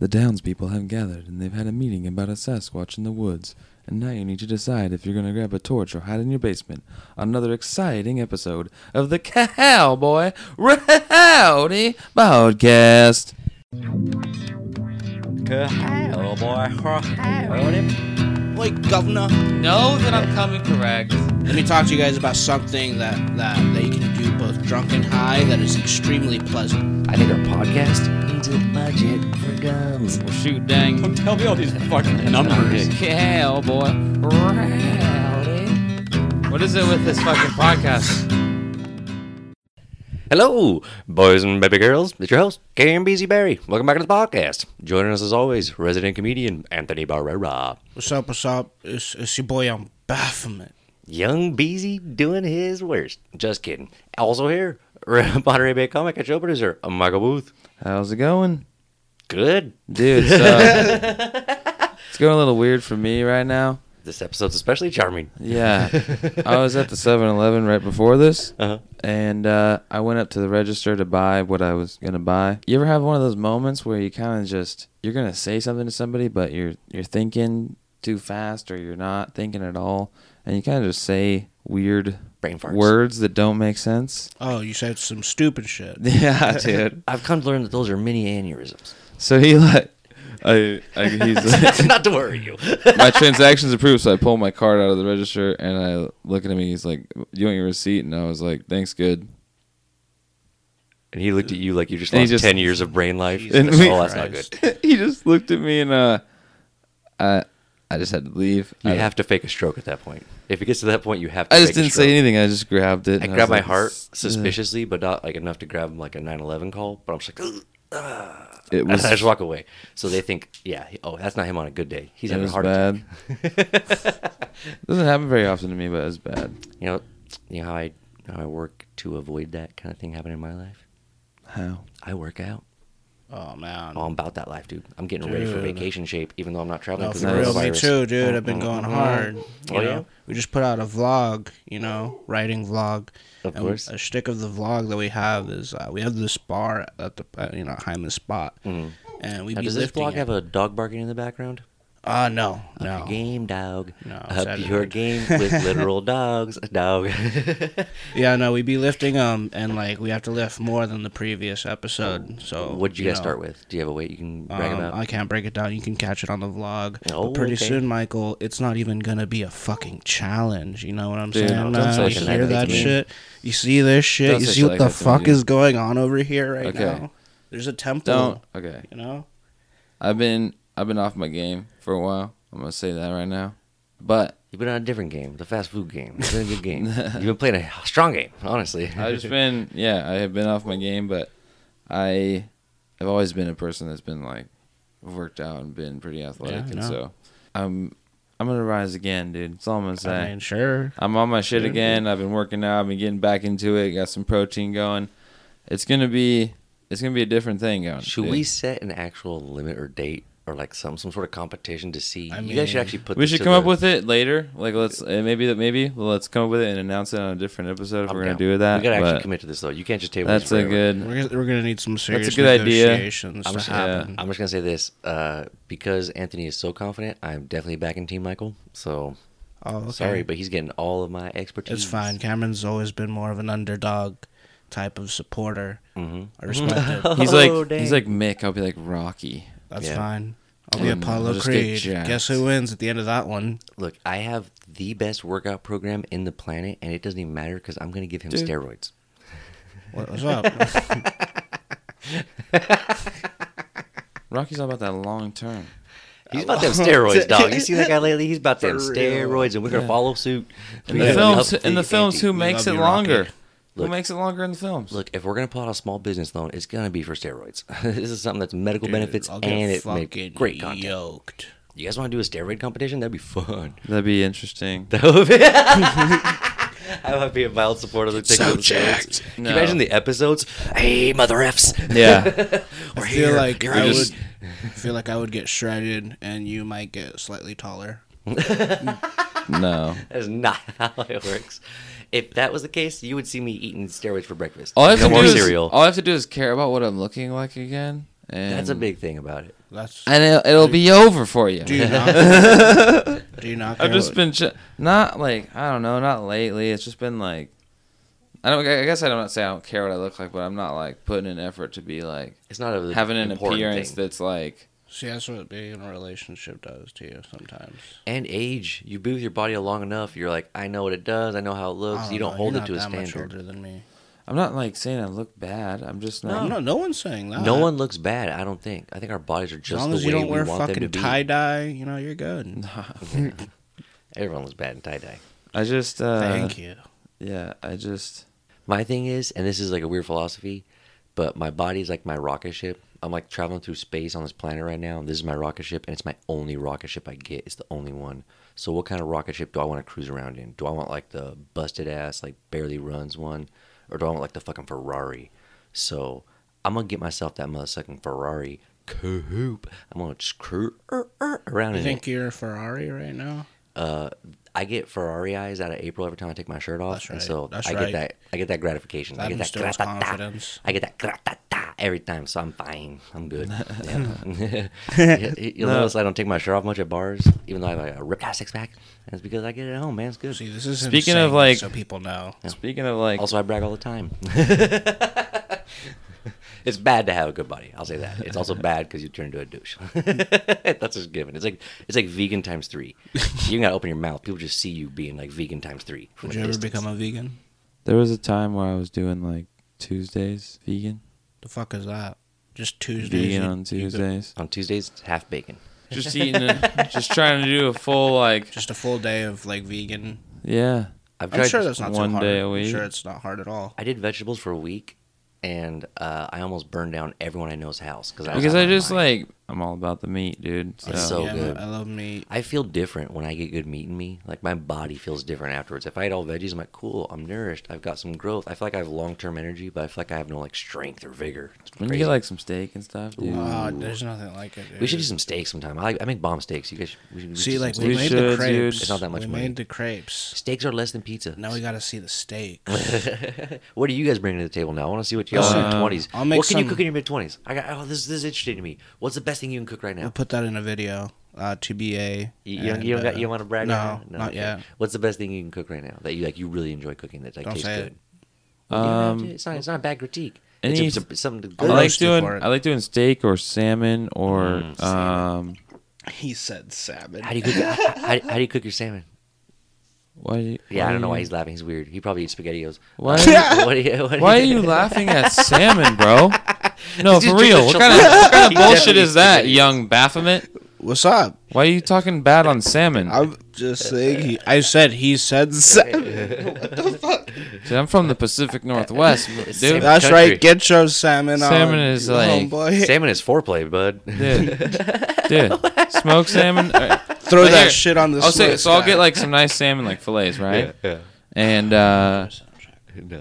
The townspeople have gathered, and they've had a meeting about a Sasquatch in the woods, and now you need to decide if you're going to grab a torch or hide in your basement. Another exciting episode of the Cowboy Rowdy Podcast. Cowboy Rowdy. Like governor, Know that I'm coming correct. let me talk to you guys about something that that that you can do both drunk and high that is extremely pleasant. I think our podcast needs a budget for guns. Well, shoot, dang. Don't tell me all these fucking numbers. Cowboy Rowdy. What is it with this fucking podcast? Hello, boys and baby girls. It's your host, Karen Beasy Barry. Welcome back to the podcast. Joining us as always, resident comedian Anthony Barrera. What's up? What's up? It's, it's your boy on Baphomet. Young Beasy doing his worst. Just kidding. Also here, Monterey Bay comic and show producer, Michael Booth. How's it going? Good. Dude, it's, uh, it's going a little weird for me right now. This episode's especially charming. Yeah. I was at the 7 Eleven right before this, Uh-huh. and uh, I went up to the register to buy what I was going to buy. You ever have one of those moments where you kind of just, you're going to say something to somebody, but you're, you're thinking too fast or you're not thinking at all, and you kind of just say weird Brain farts. words that don't make sense? Oh, you said some stupid shit. Yeah, dude. I've come to learn that those are mini aneurysms. So he like, I, I he's Not to worry you. my transaction's approved, so I pull my card out of the register and I look at him and he's like, You want your receipt? And I was like, Thanks, good. And he looked at you like you just And he lost just- 10 years of brain life. And oh, we- that's not good. he just looked at me and uh I I just had to leave. You I, have to fake a stroke at that point. If it gets to that point, you have to I fake just a didn't stroke. say anything, I just grabbed it. I and was grabbed my like, heart "Ugh." suspiciously, but not like enough to grab like a 911 call. But I'm just like, "Ugh," It and was, I just walk away. So they think, yeah, he- oh, that's not him on a good day. He's it having was a heart bad. attack. Doesn't happen very often to me, but it was bad. You know, you know how I how I work to avoid that kind of thing happening in my life. How? I work out. Oh man. Oh, I'm about that life, dude. I'm getting ready for Dude. vacation shape, even though I'm not traveling. No, 'cause for of real, me coronavirus. too, dude. I've been going hard. You Mm-hmm. Oh, yeah? know? We just put out a vlog, you know, writing vlog. Of And course. A shtick of the vlog that we have is uh, we have this bar at the, uh, you know, Hyman spot. And we Mm. Now, be does this lifting blog it. have a dog barking in the background? Uh, no, Up no. your game, dog. No, Up Saturday your night. game with literal dogs, dog. Yeah, no, we be lifting um, and like we have to lift more than the previous Oh, episode. So what did you, guys know, start with? Do you have a weight you can brag Oh, Um, about? I can't break it down. You can catch it on the vlog. Oh, but pretty okay. soon, Michael, it's not even gonna be a fucking challenge. You know what I'm Dude, saying? don't man? say you shit hear like that that to me. shit? You see this shit? Don't you say see shit like what the that to fuck me. is going on over here right Okay. now? There's a temple. Don't Oh, okay. You know? I've been I've been off my game for a while. I'm gonna say that right now. But You've been on a different game, the fast food game. It's been a good game. You've been playing a strong game, honestly. I've just been yeah, I have been off my game, but I have always been a person that's been like worked out and been pretty athletic, Yeah, I and know. so I'm I'm gonna rise again, dude. That's all I'm gonna say. I mean, sure. I'm on my shit again. I've been working out. I've been getting back into it. Got some protein going. It's gonna be it's gonna be a different thing going. Should dude. we set an actual limit or date or like some some sort of competition to see? I you guys should mean- actually put. We this should to come up the- with it later. Like let's uh, maybe that maybe let's come up with it and announce it on a different episode if I'm we're down. gonna do that. We gotta actually but commit to this though. You can't just table. That's this a forever. good. We're gonna, we're gonna need some serious good idea. negotiations I'm to just, happen. I'm just gonna say this uh, because Anthony is so confident. I'm definitely backing Team Michael. So Oh, okay. sorry, but he's getting all of my expertise. It's fine. Cameron's always been more of an underdog type of supporter. hmm I respect it. He's Oh, like dang. he's like Mick. I'll be like Rocky. That's Yeah. fine. I'll be And I'll Apollo just get Creed. jacked. Guess who wins at the end of that one? Look, I have the best workout program in the planet, and it doesn't even matter because I'm gonna give him Dude. steroids. What, what's up? Rocky's all about that long term. He's about them steroids, dog. You see that guy lately? He's about them For real. steroids, and we're gonna follow suit. In We the gotta films, up in the films, who ante. makes love it you, Rocky. longer? Who Look. makes it longer in the films? Look, if we're gonna pull out a small business loan, it's gonna be for steroids. this is something that's medical benefits I'll and get it fucking makes great content. Yoked. You guys want to do a steroid competition? That'd be fun. That'd be interesting. That would be. I might be a mild supporter of the so TikTok steroids. jacked. Can No. you imagine the episodes? Hey, mother f's. Yeah. we're I feel here. like You're I out. just- would. I feel like I would get shredded, and you might get slightly taller. no. That is not how it works. If that was the case, you would see me eating steroids for breakfast. All I have no to more do cereal. Is, all I have to do is care about what I'm looking like again, And That's a big thing about it. That's And it'll, it'll be over for you. do you not? do you not? I've care just what- been ch- not like I don't know, not lately. It's just been like I don't. I guess I don't say I don't care what I look like, but I'm not like putting an effort to be like It's not a having an important appearance thing. that's like See, that's what being in a relationship does to you sometimes. and age. You be with your body long enough, you're like, I know what it does. I know how it looks. I you don't know, hold Oh, you're it to a not that Much standard. older than me. I'm not like saying I look bad. I'm just No, not. no, one's saying that. No one looks bad. I don't think. I think our bodies are As just long the as way you don't we wear want them to fucking be. tie dye, you know you're good. Everyone looks bad in tie dye. I just uh, Thank you. Yeah, I just My thing is, and this is like a weird philosophy, but my body's like my rocket ship. I'm like traveling through space on this planet right now, and this is my rocket ship, and it's my only rocket ship I get. It's the only one. So, what kind of rocket ship do I want to cruise around in? Do I want like the busted ass, like barely runs one, or do I want like the fucking Ferrari? So, I'm gonna get myself that motherfucking Ferrari coupe. I'm gonna just cruise er, er, around You in think it. you're a Ferrari right now? Uh, I get Ferrari eyes out of April every time I take my shirt off, That's and right. so That's I get right. that. I get that gratification. I That get that instills gratata. confidence. I get that gratata every time, so I'm fine. I'm good. Yeah. You- You'll notice I don't take my shirt off much at bars, even though I have like, a ripped ass six pack. And it's because I get it at home, man. It's good. See, this is Speaking insane, of, like- so people know. speaking of like Also, I brag all the time. it's bad to have a good body. I'll say that. It's also bad because you turn into a douche. That's just given. It's like it's like vegan times three. You gotta open your mouth. People just see you being like vegan times three. from Would a you ever distance. become a vegan? there was a time where I was doing like Tuesdays vegan, The fuck is that? Just Tuesdays. vegan you- on you go- Tuesdays. on Tuesdays? It's half bacon. Just eating, a, just trying to do a full like Just a full day of like vegan. yeah. I've I'm tried. sure that's not one so hard. day a I'm week. sure it's not hard at all. I did vegetables for a week, and uh, I almost burned down everyone I know's house because I was Because out I of my just mind. like I'm all about the meat, dude. So, so yeah, good. I love meat. I feel different when I get good meat in me. Like my body feels different afterwards. If I eat all veggies, I'm like, cool. I'm nourished. I've got some growth. I feel like I have long term energy, but I feel like I have no like strength or vigor. It's when you crazy. get like some steak and stuff, dude. Oh, there's nothing like it. we should do dude. some steaks sometime. I, like, I make bomb steaks. You guys, should, we should we should see do like some we, We steaks. made the should, crepes. dude. It's not that much We money. made the crepes. steaks are less than pizza. Now we got to see the steaks. what are you guys bringing to the table now? I want to see what y'all Listen, in your twenties. I'll make What can you some- cook in your mid twenties? I got. Oh, this this is interesting to me. What's the best thing you can cook right now? We'll put that in a video. Uh, You, TBA. you, don't, you, and, don't got, uh, you don't want to brag? No, right now? not okay. yet. What's the best thing you can cook right now that you like? You really enjoy cooking that like Don't tastes say it. good. Um, You know, it's not. It's not a bad critique. any- it's, a, it's something I good. I'll like roast you doing for it. I like doing steak or salmon or Mm, um He said salmon. How do you cook? how, how, how do you cook your salmon? why do you, Yeah, I don't know why you- he's laughing. He's weird. He probably eats spaghettios. Why- Uh, what do you- what do Why are you laughing at salmon, bro? No, He's for just real. doing What a kind of, what kind He of bullshit definitely is that, eats young Baphomet? What's up? Why are you talking bad on salmon? I'm just saying. He, I said he said salmon. what the fuck? Dude, I'm from the Pacific Northwest, dude. Salmon- That's country. right. Get your salmon. Salmon on, is you like- homeboy. Salmon is foreplay, bud. Dude, dude, smoked salmon. all right. throw Right that here. shit on the. I'll say, Swiss so I'll guy. get like some nice salmon, like fillets, right? Yeah. And uh, No.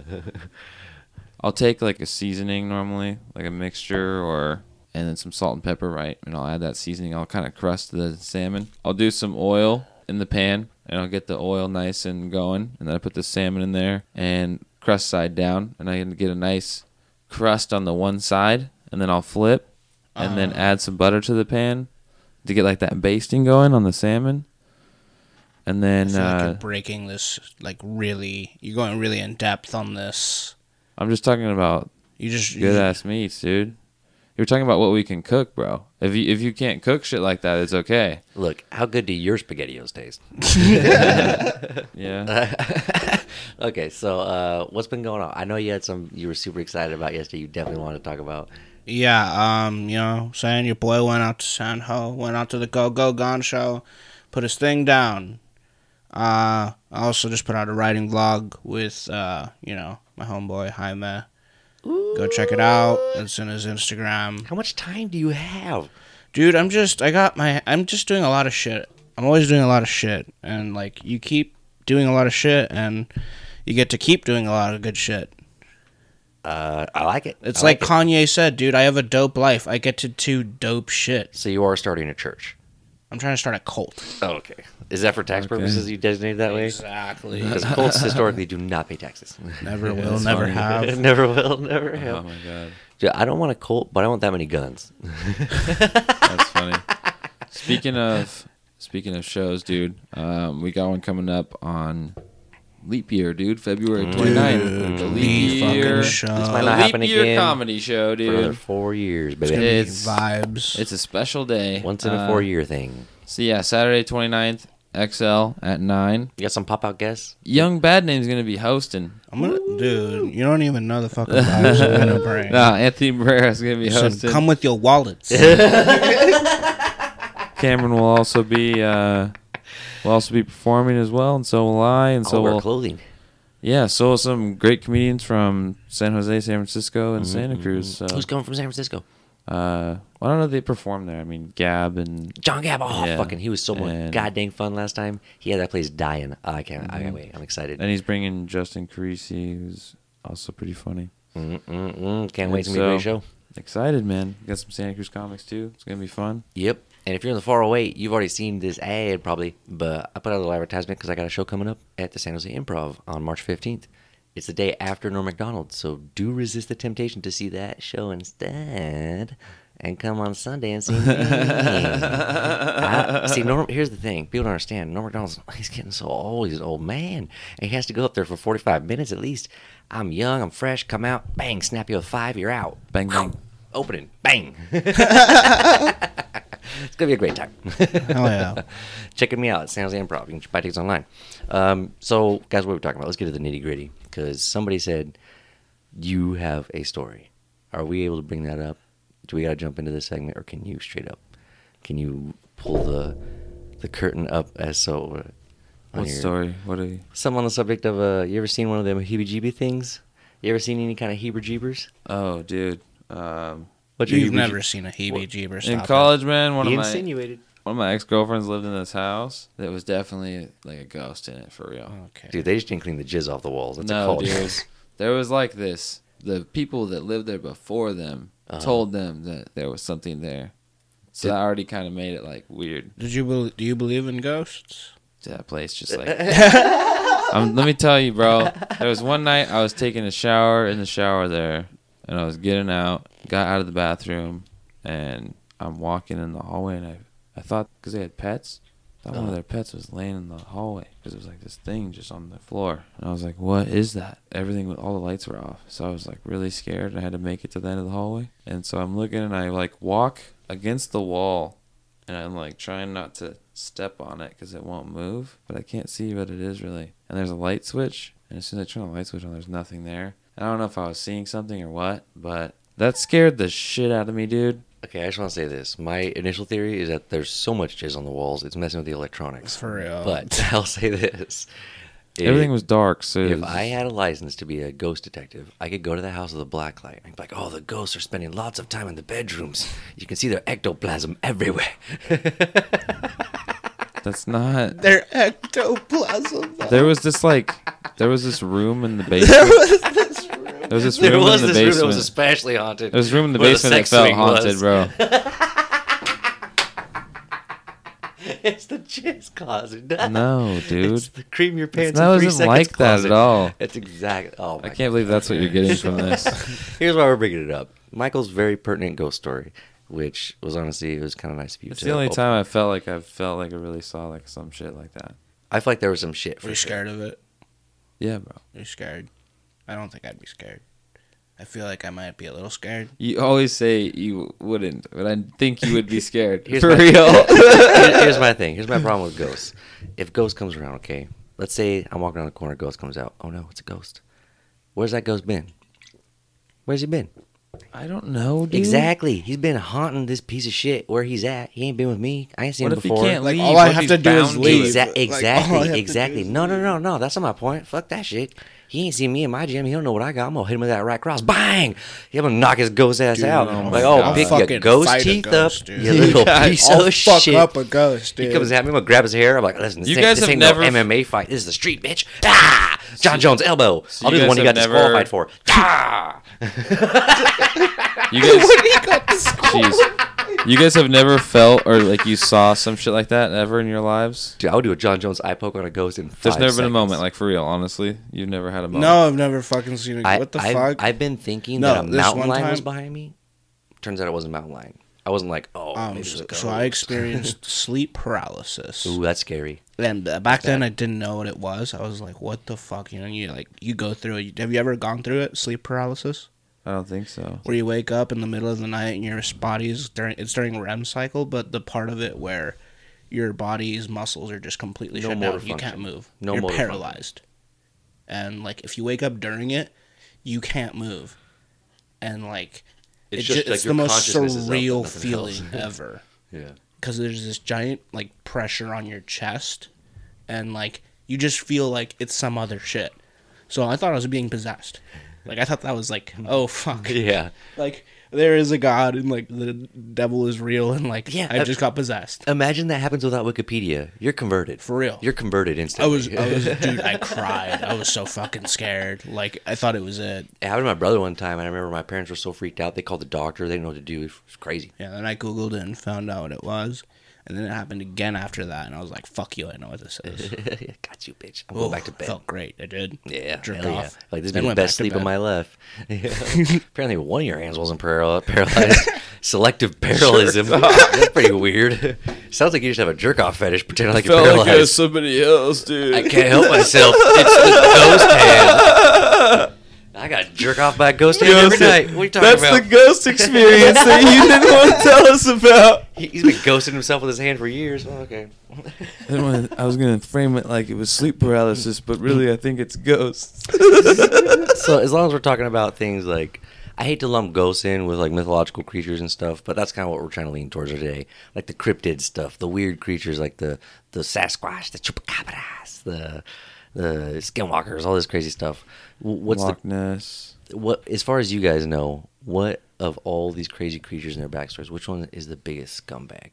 I'll take like a seasoning normally, like a mixture or and then some salt and pepper, right? And I'll add that seasoning. I'll kind of crust the salmon. I'll do some oil in the pan and I'll get the oil nice and going. And then I put the salmon in there and crust side down and I get a nice crust on the one side and then I'll flip and then add some butter to the pan to get like that basting going on the salmon. And I then feel like uh, you're breaking this like really. You're going really in depth on this. I'm just talking about You just you Good just- ass meats, dude. You're talking about what we can cook, bro. If you if you can't cook shit like that, it's okay. Look, how good do your spaghettios taste? Yeah. Okay, so uh, what's been going on? I know you had some you were super excited about yesterday. You definitely wanted to talk about. Yeah, um, you know, saying your boy went out to San Ho, went out to the Go Go Gone show, put his thing down. Uh, I also just put out a writing vlog with, uh, you know, my homeboy Jaime. Go check it out. It's in his Instagram. How much time do you have? Dude, I'm just, I got my, I'm just doing a lot of shit. I'm always doing a lot of shit. And, like, you keep doing a lot of shit and you get to keep doing a lot of good shit. Uh, I like it. It's I like, it. Kanye said, dude, I have a dope life. I get to do dope shit. so you are starting a church. I'm trying to start a cult. Oh, okay. Is that for tax purposes? You designated that way? Exactly. Because cults historically do not pay taxes. never will, never funny. have. Uh-huh. never will, never have. oh my god. Dude, I don't want a Colt, but I want that many guns. That's funny. speaking of speaking of shows, dude, um, we got one coming up on leap year, dude, February 29th. The Leap leap fucking year, show. This the might not leap happen year again comedy show, for another dude. four years, Gonna baby. be It's- vibes. It's a special day. Once in a Uh, four year thing. So yeah, Saturday 29th, XL at nine. You got some pop out guests? Young Bad Name's gonna be hosting. I'm gonna, dude. You don't even know the fucking vibes I'm gonna bring. Nah, Anthony Barrera's gonna be Listen, hosting. come with your wallets. Cameron will also be uh, will also be performing as well, and so will I, and I'll so wear will clothing. yeah, so will some great comedians from San Jose, San Francisco, and Santa Cruz. So Mm-hmm, Who's coming from San Francisco? uh, I don't know if they perform there. I mean, Gab and John Gab. Oh, Yeah. fucking, he was so much And- goddamn fun last time. He had that place dying. Oh, I can't. I can't wait. I'm excited. and he's bringing Justin Carisi, who's also pretty funny. Mm-mm-mm. Can't wait to And be a great so- show. Excited, man. Got some Santa Cruz comics too. It's gonna be fun. Yep. And if you're in the 408, you've already seen this ad probably, but I put out a little advertisement because I got a show coming up at the San Jose Improv on March 15th. It's the day after Norm MacDonald, so do resist the temptation to see that show instead and come on Sunday and see me. I- see, Norm, here's the thing people don't understand. Norm MacDonald's, he's getting so old, he's an old man, and he has to go up there for 45 minutes at least. I'm young, I'm fresh, come out, bang, snap you a five, you're out. Bang, bang. Opening, bang. It's gonna be a great time. Hell yeah. Checking me out at San Jose Improv. You can buy tickets online. Um, so, guys, what we're talking about? Let's get to the nitty gritty because somebody said you have a story. Are we able to bring that up? Do we gotta jump into this segment, or can you straight up? Can you pull the the curtain up as so? uh, on What your- story? What are you? Some on the subject of uh, you ever seen one of them heebie-jeebie things? You ever seen any kind of heber-jeebers? Oh, dude. Um, What's your You've heebie-jeeb- never seen a heebie-jeeber. in Stop it. college, man, one He of my insinuated. one of my ex girlfriends lived in this house that was definitely like a ghost in it for real. Okay. Dude, they just didn't clean the jizz off the walls. That's a no, cult. dude. there was like this. The people that lived there before them told them that there was something there. So that already kind of made it like weird. Did you bel do you believe in ghosts? That place just like. um, let me tell you, bro. There was one night I was taking a shower in the shower there, and I was getting out, got out of the bathroom, and I'm walking in the hallway, and I, I thought because they had pets, I thought one of their pets was laying in the hallway because it was like this thing just on the floor, and I was like, "What is that?" Everything, all the lights were off, so I was like really scared, and I had to make it to the end of the hallway, and so I'm looking, and I like walk against the wall, and I'm like trying not to step on it because it won't move, but I can't see what it is really. And there's a light switch, and as soon as I turn the light switch on, there's nothing there. And I don't know if I was seeing something or what, but that scared the shit out of me, dude. Okay, I just want to say this. My initial theory is that there's so much jizz on the walls, it's messing with the electronics. For real. But I'll say this. If- Everything was dark, so it If was- I had a license to be a ghost detective, I could go to the house with a black light and be like, oh, the ghosts are spending lots of time in the bedrooms. You can see their ectoplasm everywhere. that's not. They're ectoplasm. There was this like, there was this room in the basement. There was this room. there was in the this basement. room that was especially haunted. There was a room in the where basement that sex felt swing haunted, was. bro. It's the jizz closet. No, dude. It's the cream your pants. that in three wasn't seconds like that at closet. all. It's exactly. Oh, I my can't believe that's what you're getting from this. Here's why we're bringing it up. Michael's very pertinent ghost story, which was honestly it was kind of nice of you. It's to the only open. time I felt like I felt like I really saw like some shit like that. I feel like there was some shit. Are For you sure. scared of it? Yeah, bro. Are you scared? I don't think I'd be scared. I feel like I might be a little scared. You always say you wouldn't, but I think you would be scared. Here's For my- real. Here- Here's my thing. Here's my problem with ghosts. If ghost comes around, okay. Let's say I'm walking around the corner, ghost comes out. Oh no, it's a ghost. Where's that ghost been? Where's he been? I don't know, dude. Exactly. He's been haunting this piece of shit where he's at. He ain't been with me. I ain't seen What him if he before. can't Like leave? all What I if have he's to do is bound leave. it? Exa- Like, all exactly, I have to do exactly. is No, no, no, no. That's not my point. Fuck that shit. He ain't seen me in my gym. He don't know what I got. I'm gonna hit him with that right cross. Bang! He gonna knock his ghost ass out. oh my like, oh, God. pick I'll your fucking ghost fight a teeth ghost, up, dude. you little Yeah, piece I'll of fuck shit. up a ghost, dude. he comes at me. I'm gonna grab his hair. I'm like, listen, this You ain't, guys this have ain't never- no MMA fight. This is the street, bitch. Ah! John Jones elbow. So I'll you do the guys one he got have never- disqualified for. Ah! You guys. what do you got Jeez. You guys have never felt or like you saw some shit like that ever in your lives? Dude, I would do a John Jones eye poke on a ghost in five There's never been a seconds. moment like for real. Honestly, you've never had a moment. No, I've never fucking seen it. I, what the I've, fuck? Um, I've been thinking No, that a this mountain one lion was time- behind me. Turns out it wasn't a mountain lion. I wasn't like, oh, um, maybe it was so, a so I ghost. experienced sleep paralysis. Ooh, that's scary. And uh, back then, I didn't know what it was. I was like, "What the fuck?" You know, you like you go through it. Have you ever gone through it? Sleep paralysis, I don't think so. where you wake up in the middle of the night and your body is during it's during REM cycle, but the part of it where your body's muscles are just completely No shut motor down. You can't function. move. No You're motor function. paralyzed. And like, if you wake up during it, you can't move. And like, It's it's, just, just, like, it's your the most consciousness is up, surreal nothing feeling else. ever Yeah. because there's this giant like pressure on your chest and like you just feel like it's some other shit so i thought i was being possessed like i thought that was like oh fuck Yeah. like there is a god and like the devil is real and like Yeah, i that- just got possessed Imagine that happens without Wikipedia. You're converted. For real. You're converted i instantly. was i was dude i cried i was so fucking scared like i thought it was it It happened to my brother one time, and I remember my parents were so freaked out. They called the doctor. They didn't know what to do. It was crazy. yeah then i googled it and found out what it was and then it happened again after that and i was like fuck you i know what this is Got you, bitch. I'm going back to Ooh, bed. felt great i did Yeah, jerked hell yeah. off Like this has been Then the went back best to sleep of bed. my life. Yeah. Apparently, one of your hands wasn't paral- paralyzed. Selective paralysm. That's pretty weird. Sounds like you just have a jerk off fetish. Pretend like you're felt like it was paralyzed. somebody else, dude. I can't help myself. It's the ghost hand. I got jerk off by a ghost hand every night. What are you talking That's about? the ghost experience that you didn't want to tell us about. He- He's been ghosting himself with his hand for years. Oh, okay. I wanna- I was gonna frame it like it was sleep paralysis, but really I think it's ghosts. so as long as we're talking about things like I hate to lump ghosts in with like mythological creatures and stuff, but that's kind of what we're trying to lean towards today, like the cryptid stuff, the weird creatures like the the Sasquatch, the chupacabras, the the skinwalkers, all this crazy stuff. W- What's Loch Ness. the what as far as you guys know, what of all these crazy creatures and their backstories, which one is the biggest scumbag?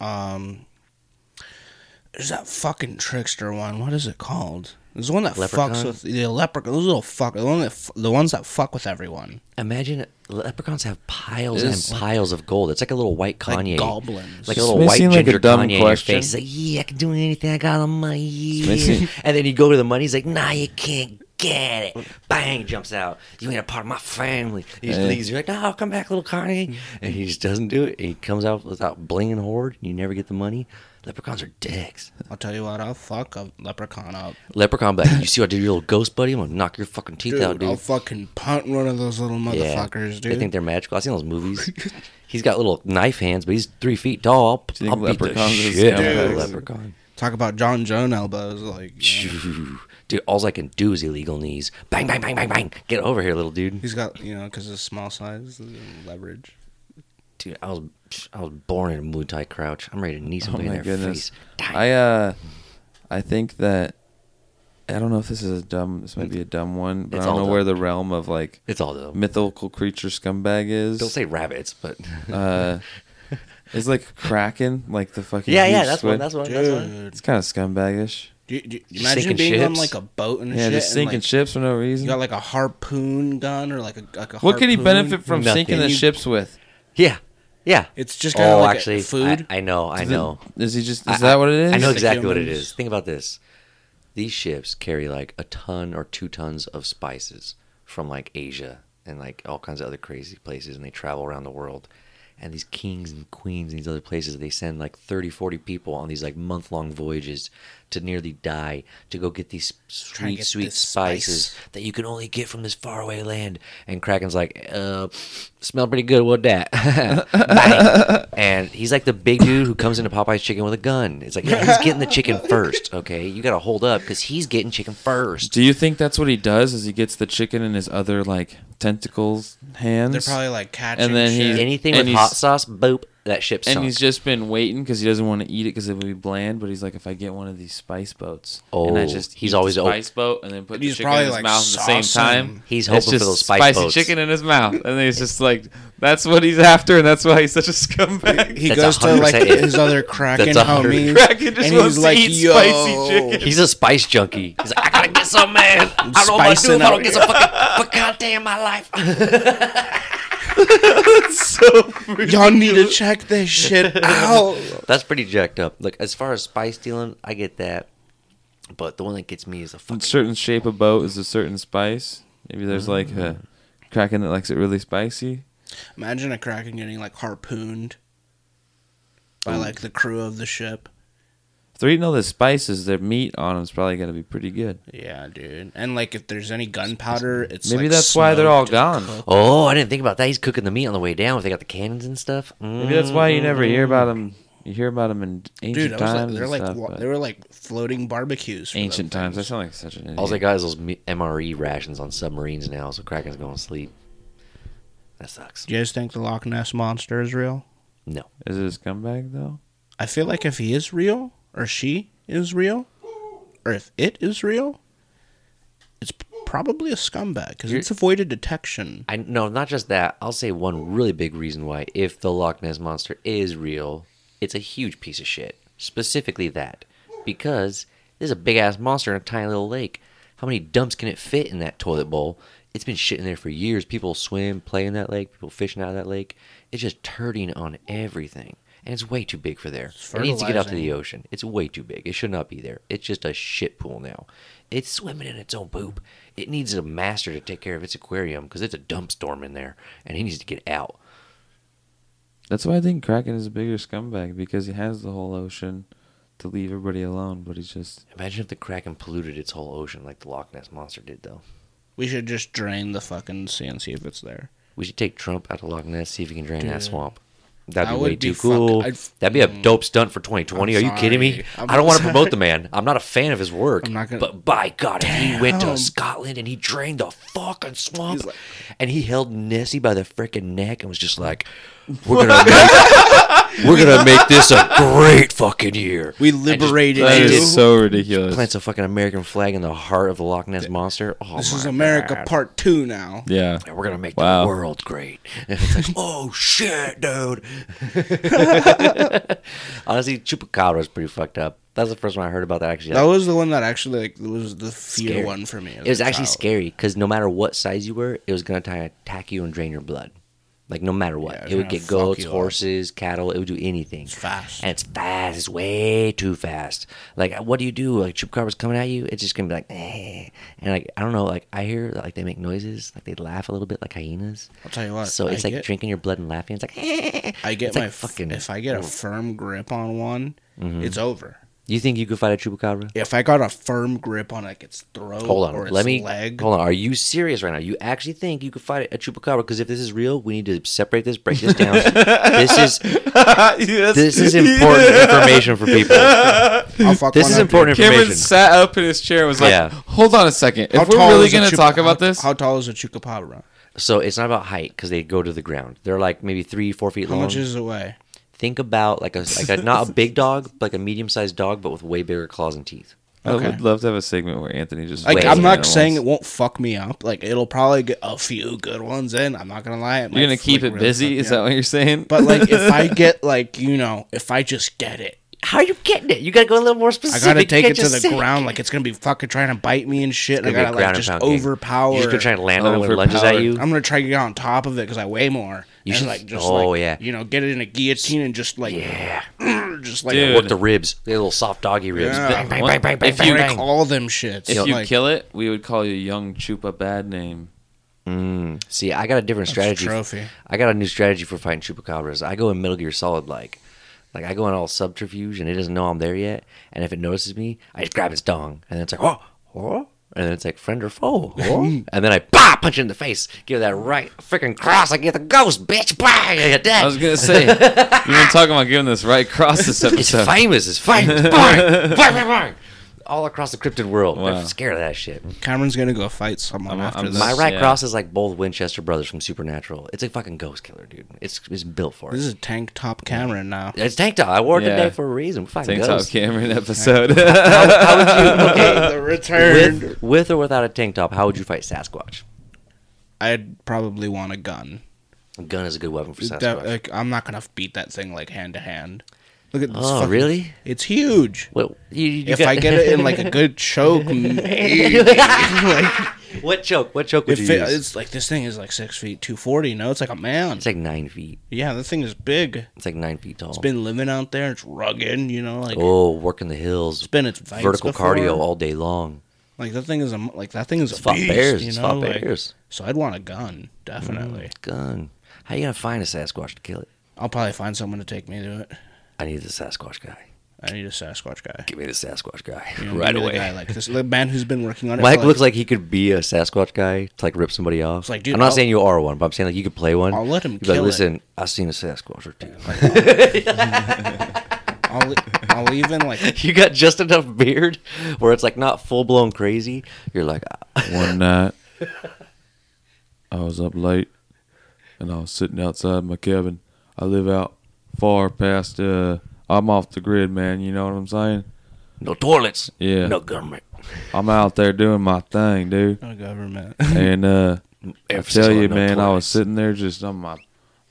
um there's that fucking trickster one. What is it called? There's the one that fucks Leprechaun? with the leprechaun. Those little fuck. The one that f- the ones that fuck with everyone. Imagine leprecons have piles This- and piles of gold. It's like a little white Like Kanye, goblins. like a little may white seem like a ginger dumb Kanye question. in your face. He's like, yeah, I can do anything. I got all the money. seem- and then you go to the money. He's like, nah, you can't get it. Bang, jumps out. You ain't a part of my family. He just Yeah. leaves. You're like, no, come back, little Kanye. And he just doesn't do it. And he comes out without blinging horde. You never get the money. Leprechauns are dicks. I'll tell you what. I'll fuck a leprechaun up. Leprechaun, be like, you see what I did to your little ghost buddy? I'm gonna knock your fucking teeth Dude, out, dude. I'll fucking punt one of those little motherfuckers, They dude. think they're magical. I've seen those movies. he's got little knife hands, but he's three feet tall. Do you I'll think beat the leprechauns are shit out of scumbags? a leprechaun. Talk about John Joan elbows, like you know, Dude, all I can do is illegal knees. Bang, bang, bang, bang, bang. Get over here, little dude. he's got you know because his small size and leverage. Dude, I was I was born in a Muay Thai crouch. I'm ready to knee Oh somebody my in their goodness. face. I uh, I think that I don't know if this is a dumb. This might be a dumb one, but It's I don't all know where the dumb. realm of like It's all though. mythical creature scumbag is. Don't say rabbits, but Uh, it's like kraken, like the fucking yeah, yeah, huge that's squid. one, that's one, that's one. Dude, It's kind of scumbagish. do, you- do, you Just imagine sinking being on ships. like a boat and Yeah, shit. just and, sinking like, ships for no reason. You got like a harpoon gun or like a like a. what could he harpoon. benefit from sinking the Nothing. ships with? Yeah, yeah. Oh, It's just kinda like a food. I, I know, I know. Is he just? I- Is that what it is? I know Like exactly what it humans. is. Think about this. These ships carry like a ton or two tons of spices from like Asia and like all kinds of other crazy places, and they travel around the world. And these kings and queens in these other places, they send like 30, 40 people on these like month long voyages to nearly die to go get these Try sweet, and get sweet this spices spice. that you can only get from this faraway land. And Kraken's like, uh, smelled pretty good. What that? Bang. and he's like the big dude who comes into Popeye's chicken with a gun. It's like, yeah, he's getting the chicken first. Okay, you gotta hold up because he's getting chicken first. Do you think that's what he does? Is he gets the chicken in his other like tentacles hands? They're probably like catching. then he- shit. Anything And with he's- hot sauce, boop, that ship and sunk. he's just been waiting because he doesn't want to eat it because it would be bland. But he's like, if I get one of these spice boats, and I Oh, just eat he's the always op- spice boat, and then put the He's chicken in probably, his like, mouth at the same saucing. time. It's He's hoping for just those spice spicy boats. chicken in his mouth, and then he's just like, that's what he's after, and that's why he's such a scumbag. He That's goes to like 100% it. his other Kraken That's 100. homie, Kraken just wants to eat spicy chicken. He's a spice junkie. He's like, I gotta get some man. I don't know what I do if Spicing I up. don't get some fucking picante in my life. so freaking- Y'all need to check this shit out. That's pretty jacked up. Like as far as spice stealing, I get that. But the one that gets me is a A fucking certain shape of boat is a certain spice. Maybe there's like Mm. a kraken that likes it really spicy. Imagine a kraken getting like harpooned by like the crew of the ship. If they're eating all the spices, their meat on them's probably gonna be pretty good. Yeah, dude. And like if there's any gunpowder, it's Maybe like, that's why they're all smoked. gone. Oh, I didn't think about that. He's cooking the meat on the way down. If they got the cannons and stuff. Maybe that's why you never hear about Mm. them. You hear about them in ancient Dude, I was like, times they're and like stuff. wa- but they were like floating barbecues. for them ancient times. I things. sound like such an idiot. All they got is those me- MRE rations on submarines now, so Kraken's going to sleep. That sucks. Do you guys think the Loch Ness monster is real? No. is it his comeback though? I feel like if he is real, or she is real, or if it is real, it's probably a scumbag because You're- it's avoided detection. I no, not just that. I'll say one really big reason why if the Loch Ness monster is real, it's a huge piece of shit. Specifically that. Because there's a big ass monster in a tiny little lake. How many dumps can it fit in that toilet bowl? It's been shitting there for years. People swim, play in that lake, people fishing out of that lake. It's just turding on everything. And it's way too big for there. It needs to get out to the ocean. It's way too big. It should not be there. It's just a shit pool now. It's swimming in its own poop. It needs a master to take care of its aquarium because it's a dump storm in there, and he needs to get out. That's why I think Kraken is a bigger scumbag because he has the whole ocean to leave everybody alone, but he's just Imagine if the Kraken polluted its whole ocean like the Loch Ness monster did, though. We should just drain the fucking sea and see if it's there. We should take Trump out to Loch Ness, see if he can drain that Dude. swamp. That'd That be would way be too fucking- cool. I'd f- That'd be a dope stunt for 2020. Are I'm you kidding me? sorry. I'm I don't want to sorry. promote the man. I'm not a fan of his work. I'm not gonna- But by God, if he went to Damn. Scotland and he drained the fucking swamp, and he held Nessie by the freaking neck and was just like, "We're gonna make, we're gonna make this a great fucking year." We And just liberated That That planted- is you. is so ridiculous. Plants a fucking American flag in the heart of the Loch Ness monster. Oh, This my is America God. Part Two now. Yeah. And we're gonna make Wow. the world great. And it's like, oh shit, dude. Honestly, Chupacabra is pretty fucked up. That's the first one I heard about that. Actually, That was the one that actually like was the fear Scary. one for me. as it was a actually child. scary because no matter what size you were, it was gonna try to attack you and drain your blood. Like no matter what, Yeah, it's it would gonna get fuck goats, you up. horses, cattle. It would do anything. It's fast. and it's fast. It's way too fast. Like what do you do? Like Chupacabra's coming at you. It's just gonna be like, eh. and like I don't know. Like I hear like they make noises, like they laugh a little bit, like hyenas. I'll tell you what. So it's I like get, drinking your blood and laughing. It's like I get it's my like Mm-hmm. fucking. If I get a firm grip on one, it's over. you think you could fight a chupacabra? If I got a firm grip on like its throat Hold or on, its let me. leg, Hold on, are you serious right now? You actually think you could fight a chupacabra? Because if this is real, we need to separate this, break this down. this is this is important information for people. I'll fuck This is one up, dude. important Cameron information. sat up in his chair and was like, Yeah. hold on a second. If How we're tall really is a going to chupa- talk about how- this, how tall is a chupacabra? so it's not about height because they go to the ground. They're like maybe three, four feet How long. much is it weigh? Think about like a like a not a big dog, but like a medium sized dog, but with way bigger claws and teeth. I Okay. would love to have a segment where Anthony just Like, Wait. rails I'm not animals. saying it won't fuck me up. Like, it'll probably get a few good ones in. I'm not gonna lie. It might You're gonna keep freak it really busy? fuck Is me that up. what you're saying? But like, if I get like, you know, if I just get it, How are you getting it? You gotta go a little more I specific. gotta You take can't it to just the say- ground. Like, it's gonna be fucking trying to bite me and shit. and I Gonna be a gotta like ground and just pound game. overpower. You just gonna try and land on it when it lunges at Overpower. you. I'm gonna try to get on top of it because I weigh more. You and should- like just oh, like, yeah. you know, get it in a guillotine and just like Yeah. just like Dude. Work the ribs. The little soft doggy ribs. Yeah. Bang, bang, bang, bang, bang, If you- bang, bang. all them shits. if So, you like, kill it, we would call you Young Chupa bad name. Mm. See, I got a different that's a strategy. trophy. I got a new strategy for fighting chupacabras. I go in Metal Gear Solid like. Like I go in all subterfuge and it doesn't know I'm there yet. And if it notices me, I just grab its dong and then it's like, oh, oh. And then it's like friend or foe. Oh. and then I bah, punch it in the face. Give it that right freaking cross. I get the ghost, bitch. Bang, I get I that. was gonna say you've been talking about giving this right cross this It's episode. famous. It's famous. bang, bang, bang, bang. All across the cryptid world. Wow. I'm scared of that shit. Cameron's gonna go fight someone I'm- after I'm- this. My right yeah. cross is like both Winchester brothers from Supernatural. It's a fucking ghost killer, dude. It's it's built for it. This is tank top Cameron now. it's tank top. I wore it Yeah. today for a reason. Fucking Tank Top ghost. Cameron episode. the return. With, with or without a tank top, how would you fight Sasquatch? I'd probably want a gun. A gun is a good weapon for Sasquatch. That- like, I'm not gonna beat that thing like hand to hand. Look at this. Oh, really? It's huge. What you, you If got- I get it in like a good choke, maybe. like, what choke? What choke would if you it, use? it's like this thing is like six feet, two forty. No, it's like a man. It's like nine feet. yeah, that thing is big. It's like nine feet tall. It's been living out there. It's rugged. You know, like oh, working the hills. it's been its veins vertical before. cardio all day long. Like that thing is a like that thing is a It's fought beast, bears. You know, it's fought like- bears. So I'd want a gun, definitely. Mm. Gun. How you gonna find a Sasquatch to kill it? I'll probably find someone to take me to it. I need the Sasquatch guy. I need a Sasquatch guy. Give me the Sasquatch guy You know, right give me the away. guy like this, the man who's been working on it. Mike for, looks like he could be a Sasquatch guy to like rip somebody off. It's like, dude, I'm not I'll- saying you are one, but I'm saying like you could play one. I'll let him You'd be kill it. like, listen, I've seen a Sasquatch or two. I'll, I'll even like you got just enough beard where it's like not full blown crazy. You're like, ah. One night, I was up late, and I was sitting outside my cabin. I live out far past. Uh, I'm off the grid, man. You know what I'm saying? no toilets, Yeah. no government. I'm out there doing my thing, dude. no government. And uh, I Emphasis tell you, on no man, I was toilets. sitting there just on my,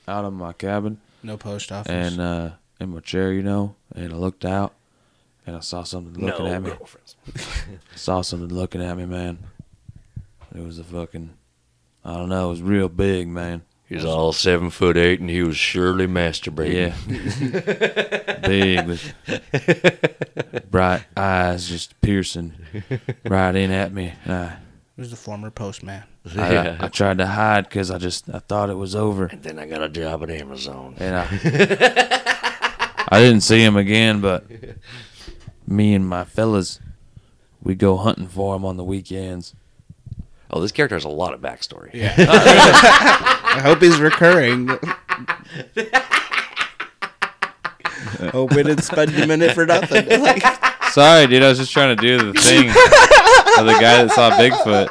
out of my cabin, No post office. and uh, in my chair, you know. And I looked out, and I saw something looking no at me. girlfriends. saw something looking at me, man. It was a fucking, I don't know, it was real big, man. He was all seven foot eight, and he was surely masturbating. Yeah. big with bright eyes just piercing right in at me. And I, it was the former postman. I, Yeah. I tried to hide because I just, I thought it was over. And then I got a job at Amazon. And I, I didn't see him again, but me and my fellas, we go hunting for him on the weekends. Oh, this character has a lot of backstory. I hope he's recurring. hope we didn't spend a minute for nothing. Like, Sorry, dude. I was just trying to do the thing of the guy that saw Bigfoot.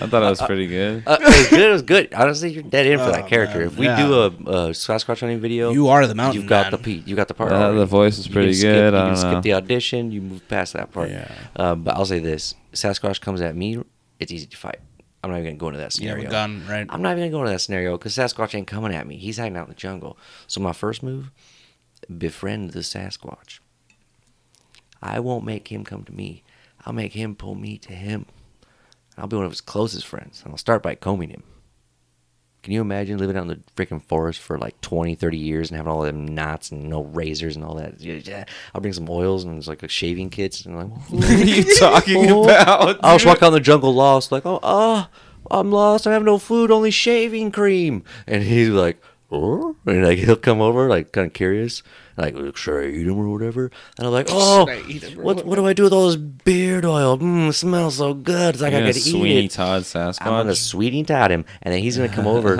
I thought it was pretty good. Uh, it was good. It was good. Honestly, you're dead in for that character. Oh, man. If we Yeah. do a, a Sasquatch hunting video, you are the mountain. You've got man. the pe- you got the part. Uh, already. the voice is You pretty good, can Skip, you I can don't know. skip the audition. You move past that part. Yeah. Um, but I'll say this: Sasquatch comes at me. It's easy to fight. I'm not even gonna go into that You have scenario. a gun, right? I'm not even gonna go into that scenario because Sasquatch ain't coming at me. He's hiding out in the jungle. So my first move: befriend the Sasquatch. I won't make him come to me. I'll make him pull me to him. I'll be one of his closest friends, and I'll start by combing him. Can you imagine living out in the freaking forest for like 20, 30 years and having all them knots and no razors and all that? Yeah, yeah. I'll bring some oils and it's like a shaving kits and like, What are you talking about? I'll just walk out in the jungle lost, like, oh, ah, I'm lost. I have no food, only shaving cream. And he's like, oh, and like he'll come over, like kind of curious, like, should I eat him or whatever? And I'm like, oh, what, what do I do with all this beard oil? Mmm, smells so good. It's like I could eat Sweeney it. Todd I'm gonna Sasquatch. sweetie tot him, and then he's gonna come over,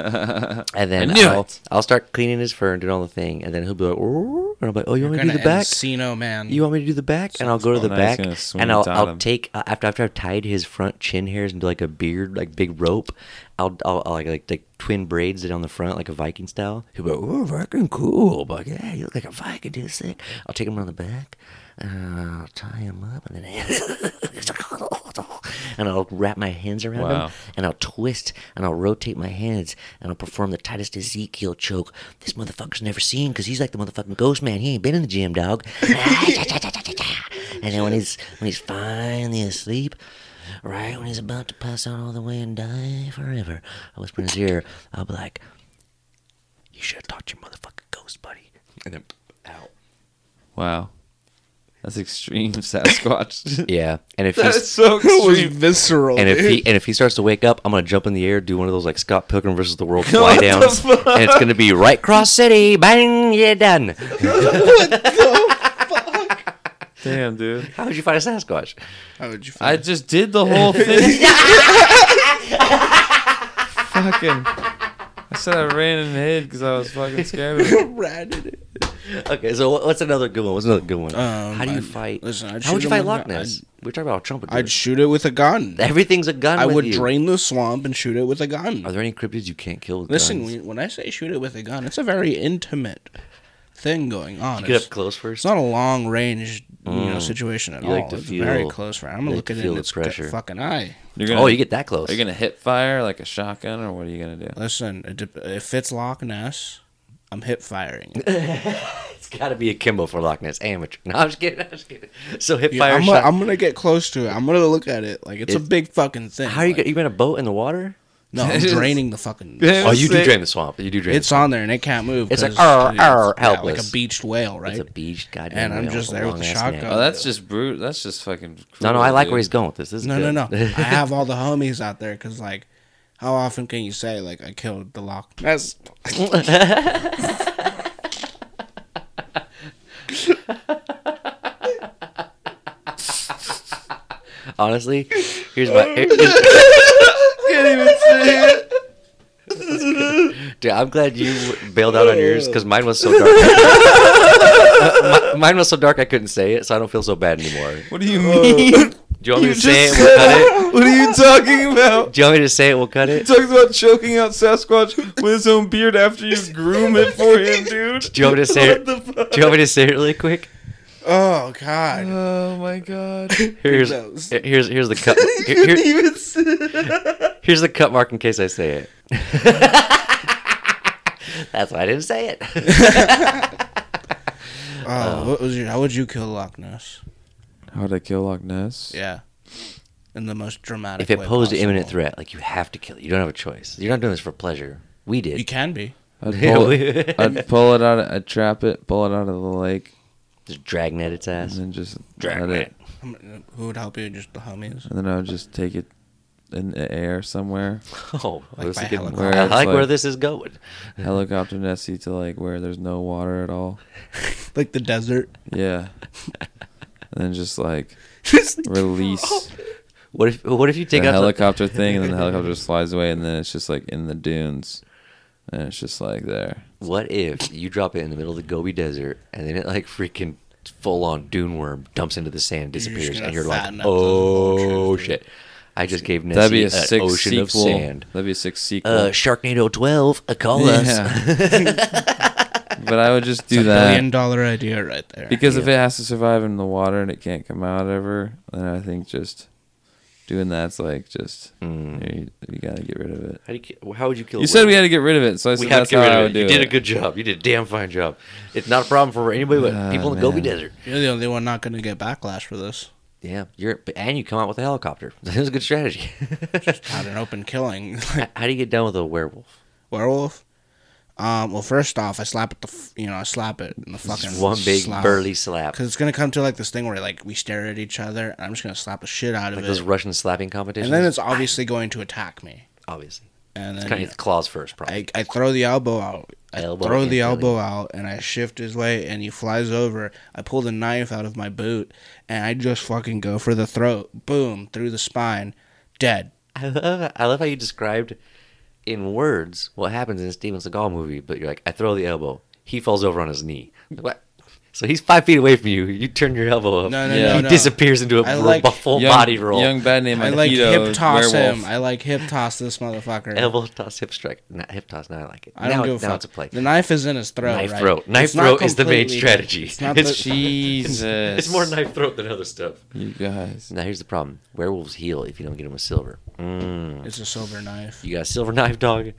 and then I knew I'll, it. I'll start cleaning his fur and doing all the thing, and then he'll be like, "Ooh," and I'm like, "Oh, you want You're me to do gonna the back? Encino man. You want me to do the back?" And I'll go to the Now he's back, gonna and sweeney I'll, tot I'll him. take uh, after after I've tied his front chin hairs into like a beard, like big rope. I'll I'll, I'll like, like like twin braids it on the front like a Viking style. He'll be like, "Ooh, Viking, cool!" I'm like, "Yeah, you look like a Viking, dude, sick." I'll take him around the back. And I'll tie him up and then and I'll wrap my hands around Wow. him and I'll twist and I'll rotate my hands and I'll perform the tightest Ezekiel choke this motherfucker's never seen because he's like the motherfucking ghost man. He ain't been in the gym, dog. and then when he's when he's finally asleep, right when he's about to pass out all the way and die forever, I whisper in his ear, I'll be like, "You should have taught your motherfucking ghost buddy." And then out. Wow. That's extreme Sasquatch. Yeah, and if he's so It was visceral. And if dude. he and if he starts to wake up, I'm gonna jump in the air, do one of those like Scott Pilgrim versus the World fly downs, and it's gonna be right cross city, bang, you're done. Damn, dude. How would you fight a Sasquatch? How would you feel? I just did the whole thing. fucking. I said I ran and hid because I was fucking scared of it. ratted it. Okay, so what- what's another good one? What's another good one? Um, How do you I'd- fight? listen, I'd How would shoot you fight him with Loch my- Ness? We're talking about Trump. I'd shoot it with a gun. Everything's a gun. I with would you. drain the swamp and shoot it with a Are gun. there any cryptids you can't kill with Listen, guns? we- when I say shoot it with a gun, it's a very intimate thing going on. get It's, up close first. it's not a long range, you know, situation at You all. like to it's very feel- close range. I'm you gonna like look to at it feel in the its pressure. fucking eye. You're oh, you get that close. Are you gonna hit fire like a shotgun, or what are you gonna do? Listen, it dep- if it's Loch Ness, I'm hip firing. It's got to be a Kimbo for Loch Ness amateur. No, I'm just kidding. I'm just kidding. So hip Yeah, fire I'm, shot. gonna, I'm gonna get close to it. I'm gonna look at it like it's, a It's- big fucking thing. How are you? Like, Like, you in a boat in the water? no, I'm draining the fucking. Oh, you do Sick. drain the swamp. You do drain. It's on there and it can't move. It's like, 'cause "Arr, arr," yeah, like helpless. a beached whale, the right? swamp. It's a beach, goddamn. And I'm whale just a there with the long-ass neck. shotgun. Oh, that's just brutal. That's just fucking. No, no, cruel, I like dude. where he's going with this. This is no, good. no, no. I have all the homies out there because like, how often can you say like I killed the Loch Ness? Honestly, here's my. here's- Can't even say it. Dude, I'm glad you bailed out on yours because mine was so dark. Mi- mine was so dark I couldn't say it, so I don't feel so bad anymore. What do you mean? Do you want me You to say it? just said We'll cut it. what are you talking about? Do you want me to say it? We'll cut it. He talks about choking out Sasquatch with his own beard after you groom it for him, dude. Do you want me to say What it? the fuck? Do you want me to say it really quick? Oh God. Oh my god. Here's knows? here's here's the cut. here- here- here's the cut mark in case I say it. That's why I didn't say it. Oh, Uh, what was your? How would you kill Loch Ness? How to kill Loch Ness? Yeah. In the most dramatic. if it way posed an possible. imminent threat, like you have to kill it. You don't have a choice. You're not doing this for pleasure. We did. you can be. I'd Yeah, pull, we- it, I'd pull it out. I'd trap it, pull it out of the lake, Just dragnet its and Mm-hmm. ass. then just Drag let it. it. I'm- Who would help you? Just the homies. And then I would just take it in the air somewhere, Oh, I Like was by thinking- helicopter. I Where it's like where like- this is going. helicopter Nessie to like where there's no water at all. Like the desert. Yeah. And then just like Just like- release What if what if you the take out the- helicopter thing, and then the helicopter just flies away, and then it's just like in the dunes, and it's just like there. What if you drop it in the middle of the Gobi Desert and then it like freaking full on dune worm dumps into the sand, just disappears, gonna and you're like, fatten up those oh vultures, dude." shit! I just gave Nessie That'd be a an sick ocean sequel. of sand. That'd be a sick sequel. Uh, Sharknado 12, uh, call us. Yeah. but I would just It's do a that Billion dollar idea right there. because if it has to survive in the water and it can't come out ever, then I think just doing that's like just Hmm. you, you gotta get rid of it. How, do you, ki- how would you kill? You a said whale? we had to get rid of it, so I said We have that's to get how rid I of would it. do You it. did a good job. You did a damn fine job. It's not a problem for anybody but Ah, people in the Gobi man. Desert. You're the only one not going to get backlash for this. Yeah, you're and you come out with a helicopter. That was a good strategy. Not an open killing. how, how do you get done with a werewolf? Werewolf. Um, well, first off, I slap it the, f- you know, I slap it in the fucking Just one big burly slap. Because it's gonna come to like this thing where like we stare at each other, and I'm just gonna slap the shit out of Like it, those Russian slapping competitions. and then it's obviously going to attack me. obviously. And It's then kind of claws first, probably. I, I throw the elbow out. I Elbow throw and the belly. elbow out and I shift his way and he flies over. I pull the knife out of my boot and I just fucking go for the throat. Boom, through the spine. Dead. I love, I love how you described in words what happens in a Steven Seagal movie, but you're like, I throw the elbow. He falls over on his knee. What? So he's five feet away from you. You turn your elbow up. No, no, Yeah. no, he no. disappears into a I ro- like bu- full Young- body roll. Young bad name I like Aikido hip toss werewolf. him. I like hip toss this motherfucker. Elbow toss, hip strike. Not hip toss. Now I like it. I now don't it- give a now fuck. it's a play. The knife is in his throat. Knife right? throat. Knife It's not throat is the main completely- strategy. It's not It's- the- Jesus. It's more knife throat than other stuff. You guys. Now here's the problem: werewolves heal if you don't get them with silver. Mm. it's a silver knife. You got a silver knife, dog.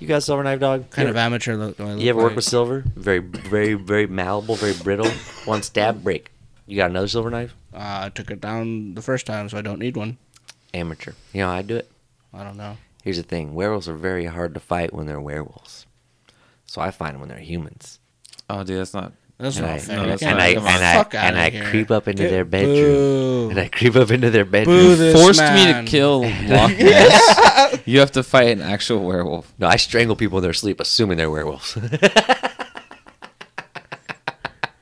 You got a silver knife, dog. Kind You of ever- amateur look. do I look You ever like? work with silver? Very, very, very malleable, very brittle. One stab, break. You got another silver knife? Uh, I took it down the first time, so I don't need one. Amateur. You know how I do it? I don't know. Here's the thing: werewolves are very hard to fight when they're werewolves. So I find them when they're humans, Oh, dude, that's not. That's and not I fair. and I- You can't and I get and the I fuck and outta I here. creep up into Get their bedroom, booed. and I creep up into their Boo bedroom. this Forced man. me to kill Loch Ness. you have to fight an actual werewolf. No, I strangle people in their sleep, assuming they're werewolves.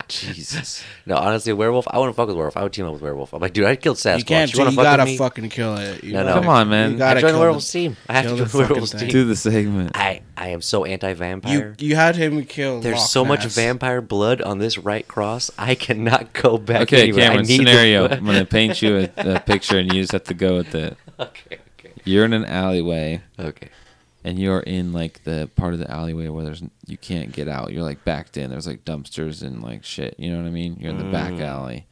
Jesus. no, honestly, a werewolf. I wouldn't fuck with werewolf. I would team up with werewolf. I'm like, dude, I killed Sasquatch. You can't. wanna You, fuck with gotta me? fucking kill it. You No, no. gotta- Come on, man. You I gotta joined the kill werewolves the- team. I have kill to the join the werewolves fucking team. thing. Do the segment. I I am so You anti-vampire. you had him kill. There's Loch so much Ness. vampire blood on this right cross. I cannot go back. Okay, anywhere. I Cameron, need the scenario. blood. I'm going to paint you a, a picture and you just have to go with it. okay, okay, You're in an alleyway okay. and you're in like the part of the alleyway where there's you can't get out. You're like backed in. There's like dumpsters and like shit. You know what I mean? You're in the back alley.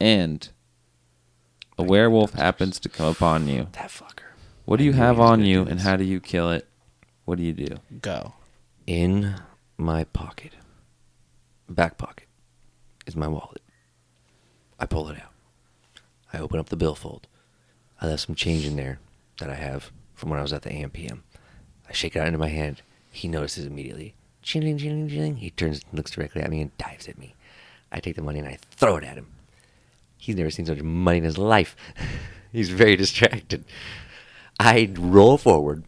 And a werewolf happens to come upon you. That fucker. What do I you knew he have was on gonna you do and this. how do you kill it? What do you do? Go. In my pocket, back pocket, is my wallet. I pull it out. I open up the billfold. I left some change in there that I have from when I was at the AMPM. I shake it out into my hand. He notices immediately. Chilling, chilling, chilling. He turns and looks directly at me and dives at me. I take the money and I throw it at him. He's never seen so much money in his life. He's very distracted. I roll forward,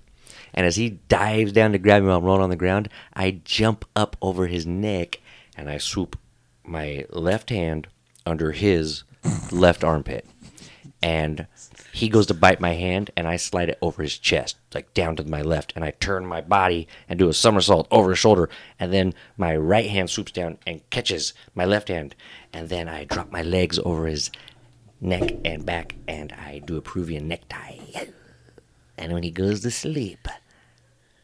and as he dives down to grab me while I'm rolling on the ground, I jump up over his neck and I swoop my left hand under his left armpit. And he goes to bite my hand, and I slide it over his chest, like down to my left. And I turn my body and do a somersault over his shoulder. And then my right hand swoops down and catches my left hand. And then I drop my legs over his neck and back, and I do a Peruvian necktie. And when he goes to sleep,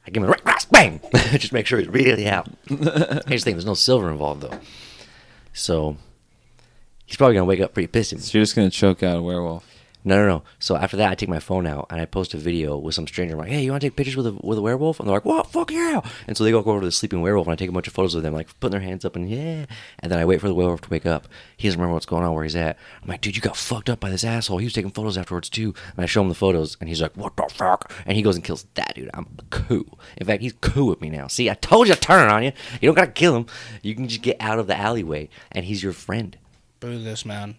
I give him a right cross bang. just make sure he's really out. Here's the thing: there's no silver involved though, so he's probably gonna wake up pretty pissed. At me. So you're just gonna choke out a werewolf. No, no, no. So after that, I take my phone out and I post a video with some stranger. I'm like, "Hey, you want to take pictures with a with a werewolf?" And they're like, "What? Fuck yeah!" And so they go over to the sleeping werewolf and I take a bunch of photos of them, like putting their hands up and yeah. And then I wait for the werewolf to wake up. He doesn't remember what's going on where he's at. I'm like, "Dude, you got fucked up by this asshole. He was taking photos afterwards too." And I show him the photos and he's like, "What the fuck?" And he goes and kills that dude. I'm cool. In fact, he's cool with me now. See, I told you to turn on you. You don't gotta kill him. You can just get out of the alleyway, and he's your friend. Boo this man.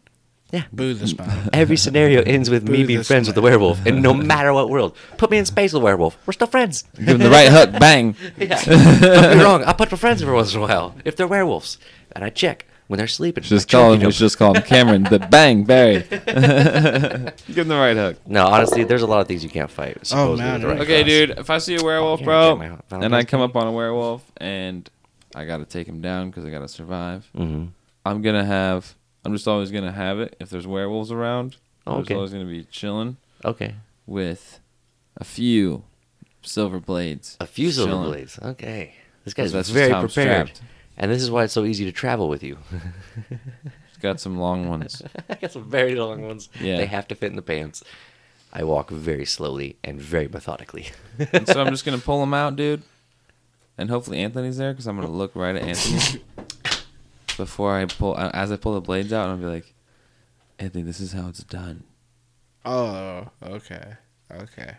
Yeah. Boo this man. Every scenario ends with me Boo being this friends with the werewolf, and no matter what world, put me in space with the werewolf. We're still friends. Give him the right hook, bang. Yeah. Don't be wrong. I put my friends every once in a while if they're werewolves, and I check when they're sleeping. Just I choke call him. them. We should just call him Cameron. The bang Barry. Give him the right hook. No, honestly, there's a lot of things you can't fight. supposedly, man. with the right Okay, cross. dude. If I see a werewolf, Yeah, get my bro, hot and I Valentine's come up on a werewolf, and I gotta take him down because I gotta survive. Mhm. I'm gonna have. I'm just always gonna have it if there's werewolves around. Oh, I'm okay. just always gonna be chilling Okay. with a few silver blades. A few silver Chilling. blades. Okay. This guy's That's just very how I'm prepared, strapped. and this is why it's so easy to travel with you. Got some long ones. I got some very long ones. Yeah. They have to fit in the pants. I walk very slowly and very methodically. and so I'm just gonna pull him out, dude. And hopefully Anthony's there because I'm gonna look right at Anthony before I pull. uh, As I pull the blades out, and I'll be like, Anthony, this is how it's done. Oh, okay. Okay.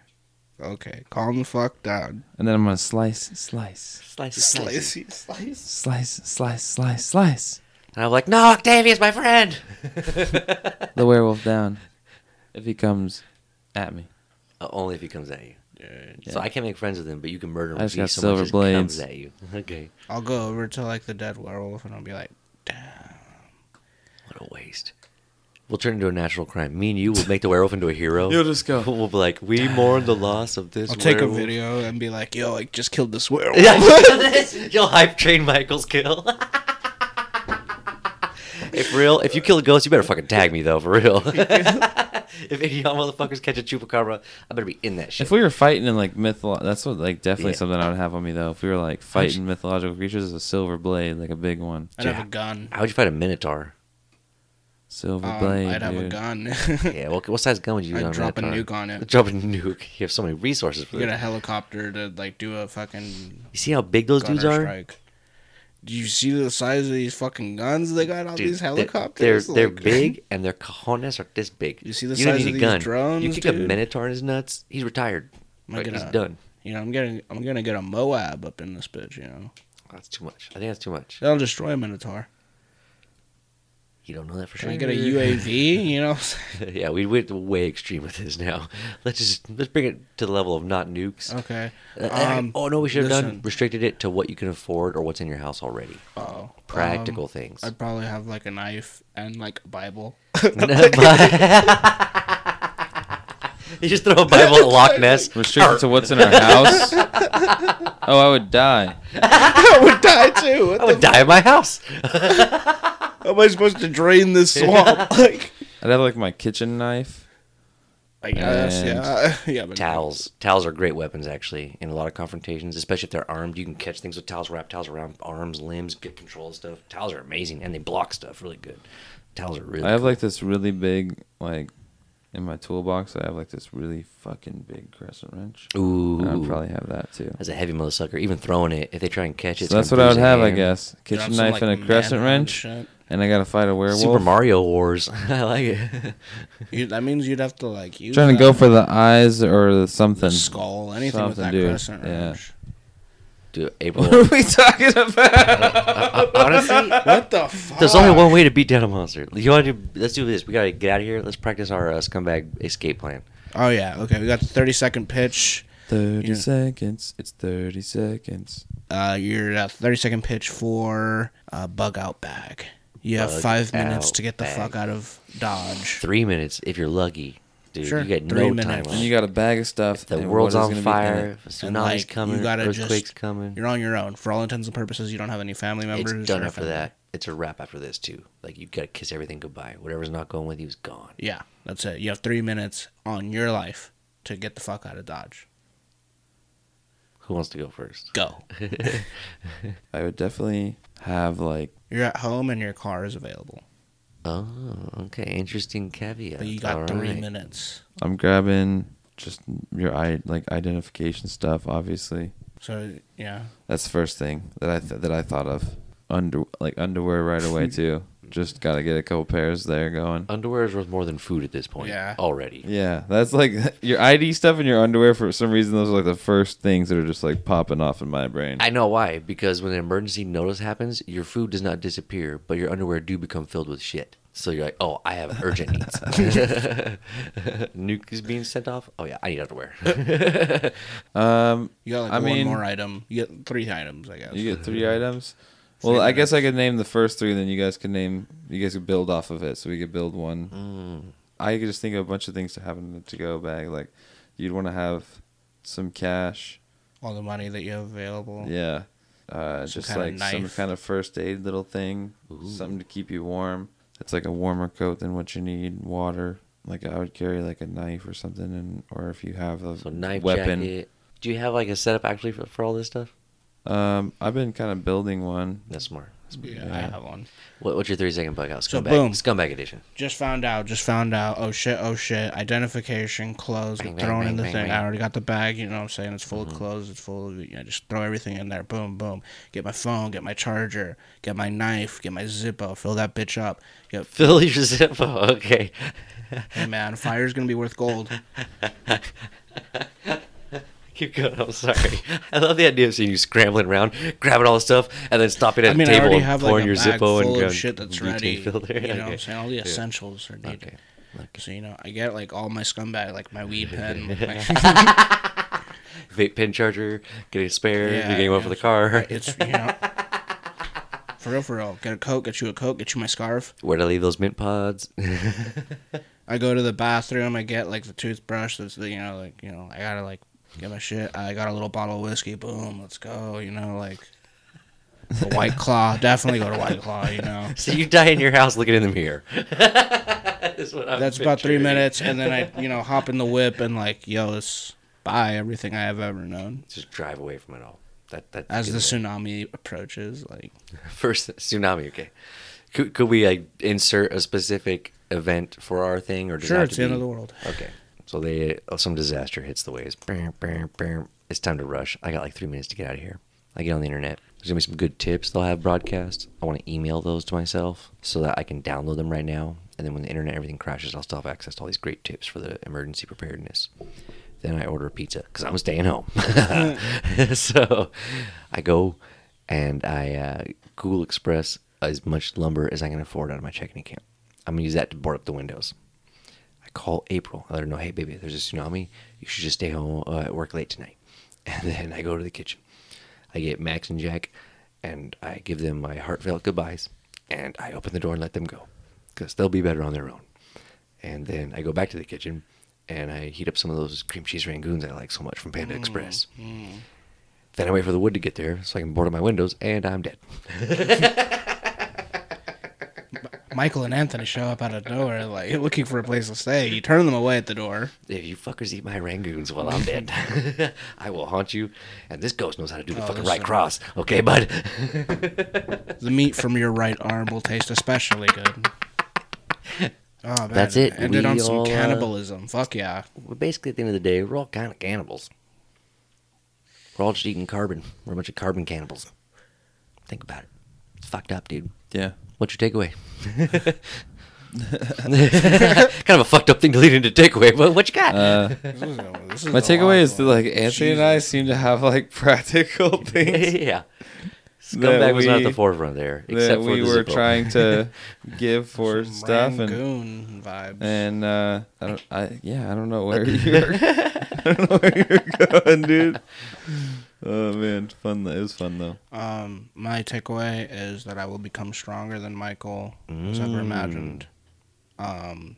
Okay. Calm the fuck down. And then I'm gonna slice, slice, Slice, slice. Slicey slice. slice, slice, slice, slice And I'm like, no, Octavius, my friend. the werewolf down if he comes at me. Uh, Only if he comes at you. So I can't make friends with him, but you can murder him. I if just he got so silver much as blades. Comes at you. Okay. I'll go over to like the dead werewolf and I'll be like, damn. What a waste. We'll turn into a natural crime. Me and you will make the werewolf into a hero. You'll just go. We'll be like, we mourn the loss of this. I'll take werewolf. a video and be like, yo, I just killed this werewolf. Yeah, you know this? You'll hype train Michael's kill. if real, if you kill a ghost, you better fucking tag me though, for real. if any of y'all motherfuckers catch a chupacabra, I better be in that shit. If we were fighting in like mytholo- that's what like definitely Yeah. something I would have on me though. If we were like fighting mythological creatures, is a silver blade, like a big one, I'd have a gun. How would you fight a minotaur? silver Um, blade. I'd have dude. a gun. Yeah, what, what size gun would you use I'd on drop a minotaur? nuke on it. Drop a nuke. You have so many resources for Get a that. helicopter to like do a fucking You see how big those gunner dudes are? strike. Do you see the size of these fucking guns they got on Dude, these they're- helicopters? They're, they're Like- big and their cojones are this big. You see the don't size need a of these gun. You drones, kick a dude? minotaur in his nuts, he's retired. I'm Like, he's gonna- done. You know, I'm getting I'm gonna get a Moab up in this bitch. You know, That's too much. I think that's too much. that'll destroy a Minotaur. You don't know that for sure. Can I get a UAV? You know, yeah, we went way extreme with this now. Let's just let's bring it to the level of not nukes. okay. Uh, I- Um, oh no, we should have done listen. restricted it to what you can afford or what's in your house already. Oh, Practical um, things. I'd probably have like a knife and like a Bible. you just throw a Bible at Loch Ness. Restricted to what's in our house. oh, I would die. I would die too. What I the would die in my house. f- How am I supposed to drain this swamp? like, I'd have like my kitchen knife. I guess, And yeah, yeah. But towels. Towels are great weapons, actually, in a lot of confrontations, especially if they're armed. You can catch things with towels, wrap towels around arms, limbs, get control of stuff. Towels are amazing, and they block stuff really good. Towels are really. I have like this really big like in my toolbox, I have like this really fucking big crescent wrench. Ooh. And I'd probably have that too. That's a heavy mother sucker. Even throwing it, if they try and catch it, it's So that's what gonna I bruise would their have, I hand. guess. Kitchen Drop some, knife like, and a crescent manhunt wrench, shit. and I gotta fight a werewolf. Super Mario Wars. I like it. You, that means you'd have to like use Trying to that go for the eyes or the the something. skull, anything with something, that dude. crescent Yeah. wrench. Dude, What are April. we talking about? Honestly, What the fuck? there's only one way to beat down a monster. You want to? Let's do this. We gotta get out of here. Let's practice our uh, scumbag escape plan. Oh yeah, okay. We got the 30 second pitch. Thirty Yeah. seconds. It's thirty seconds. Uh, your uh, 30 second pitch for uh, bug out bag. You have Bug five minutes out to get the bag. fuck out of dodge. Three minutes if you're lucky, dude. Sure, You got three no time minutes. And left. you got a bag of stuff. the and what world's is on gonna be in fire. it. Tsunamis And, like, coming. you gotta earthquakes just- coming. You're on your own. For all intents and purposes, you don't have any family members. It's done or after family- that. It's a wrap after this too. Like you gotta kiss everything goodbye. Whatever's not going with you is gone. Yeah, that's it. You have three minutes on your life to get the fuck out of dodge. Who wants to go first? Go. I would definitely have like You're at home and your car is available, Oh, okay. Interesting caveat. but you got All three right. minutes. I'm grabbing just your i like identification stuff. Obviously, So yeah, that's the first thing that I th- that I thought of. Under like underwear right away too. Just gotta get a couple pairs there going. Underwear is worth more than food at this point. Yeah. Already. Yeah, that's like your ID stuff and your underwear. For some reason, those are like the first things that are just like popping off in my brain. I know why. Because when an emergency notice happens, your food does not disappear, but your underwear do become filled with shit. So you're like, oh, I have urgent needs. Nuke is being sent off. Oh yeah, I need underwear. Um, you got like I one mean- more item. You get three items, I guess. you get three items. Well, Three I guess I could name the first three, then you guys could name. You guys could build off of it, so we could build one. Mm. I could just think of a bunch of things to have in the to-go bag. Like, you'd want to have some cash. all the money that you have available. Yeah, uh, Some just kinda like some knife. kind of first aid little thing, something to keep you warm. It's like a warmer coat than what you need. Water. Like I would carry like a knife or something, and or if you have a so knife weapon. jacket. Do you have like a setup actually for, for all this stuff? Um, I've been kind of building one. That's smart. Yeah, I Yeah. have one. What, what's your three second bug out? Scumbag. So, boom. Scumbag edition. Just found out. Just found out. Oh shit. Oh shit. Identification, clothes, Bang, get thrown bang, in the bang, thing. bang, Mm-hmm. I bang. already got the bag. You know what I'm saying? It's full of clothes. It's full of. You know, just throw everything in there. Boom, boom. Get my phone. Get my charger. Get my knife. Get my Zippo. Fill that bitch up. Get, Fill your Zippo. Okay. hey man, fire's gonna be worth gold. Keep going. I'm sorry. I love the idea of seeing you scrambling around, grabbing all the stuff, and then stopping at I mean, a I table already and have like pouring a your bag Zippo and full going of shit that's butane ready. You know, filter. what Okay. I'm saying all the essentials are needed. Okay. So you know, I get like all my scumbag, like my weed pen, my Vape pen charger, get a spare, you're Yeah, getting one yeah. for the car. It's you know, for real, for real. Get a coat, get you a coat, get you my scarf. Where to leave those mint pods? I go to the bathroom. I get like the toothbrush. That's the, you know, like you know, I gotta like get my shit. I got a little bottle of whiskey. Boom, let's go. You know, like the White Claw. Definitely go to White Claw. You know, so you die in your house looking in the mirror. That's what I'm that's about three picturing. minutes, and then I you know hop in the whip and like yo, let's buy everything I have ever known. Just drive away from it all. That that As the good. tsunami approaches, like first tsunami. Okay, could could we like insert a specific event for our thing, or does it sure, have it's to the end be- of the world. Okay, so they oh, some disaster hits the waves. Brr, brr, brr. It's time to rush. I got like three minutes to get out of here. I get on the internet. There's gonna be some good tips they'll have broadcast. I want to email those to myself so that I can download them right now. And then when the internet and everything crashes, I'll still have access to all these great tips for the emergency preparedness. Then I order a pizza because I'm staying home. so I go and I uh, Google Express as much lumber as I can afford out of my checking account. I'm gonna use that to board up the windows. I call April. I let her know, hey, baby, there's a tsunami. You should just stay home, uh, work late tonight. And then I go to the kitchen. I get Max and Jack, and I give them my heartfelt goodbyes. And I open the door and let them go because they'll be better on their own. And then I go back to the kitchen and I heat up some of those cream cheese rangoons I like so much from Panda Express. Then I wait for the wood to get there so I can board up my windows, and I'm dead. Michael and Anthony show up out of nowhere, like looking for a place to stay. You turn them away at the door. If you fuckers eat my rangoons while I'm dead, I will haunt you. And this ghost knows how to do the Oh, fucking this right is- cross. Okay, bud? The meat from your right arm will taste especially good. Oh, man. That's it. Ended on We some all, uh, cannibalism. Fuck yeah. Well, basically, at the end of the day, we're all kind of cannibals. We're all just eating carbon. We're a bunch of carbon cannibals. Think about it. It's fucked up, dude. Yeah. What's your takeaway? kind of a fucked up thing to lead into takeaway, but what you got? Uh, This is My a long takeaway is that one. like Anthony and I seem to have like practical things yeah. Scumbag was not at the we- forefront there, that except for we the were Zippo. trying to give for stuff and Rangoon vibes. and uh, I don't I yeah I don't know where you're I don't know where you're going, dude. Oh man, fun though. It was fun though. Um, my takeaway is that I will become stronger than Michael was Mm. ever imagined. Um,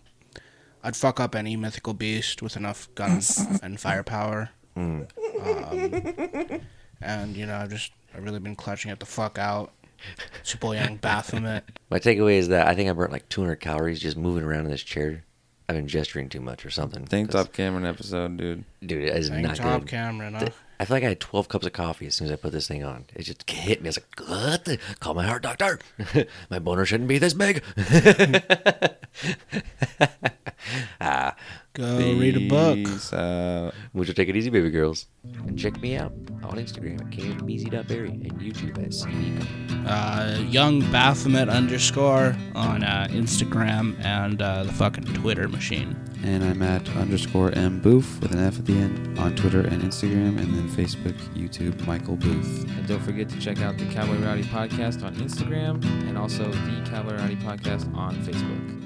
I'd fuck up any mythical beast with enough guns and firepower. Mm. Um, and you know, I've just I've really been clutching it the fuck out. Super young Baphomet. My takeaway is that I think I burnt like 200 calories just moving around in this chair. I've been gesturing too much or something. Tank That's- top Cameron episode, dude. Dude, it is Thank not Tom good. Cameron. Huh? Th- I feel like I had 12 cups of coffee as soon as I put this thing on. It just hit me. I was like, what? the- Call my heart doctor. my boner shouldn't be this big. ah, Go read a book. Peace out. would you take it easy, baby girls? And check me out on Instagram at cambz.berry and YouTube at E cb. Uh, young Baphomet underscore on uh, Instagram and uh, the fucking Twitter machine. And I'm at underscore M Booth with an F at the end on Twitter and Instagram, and then Facebook, YouTube, Michael Booth. And don't forget to check out the Cowboy Rowdy Podcast on Instagram and also the Cowboy Rowdy Podcast on Facebook.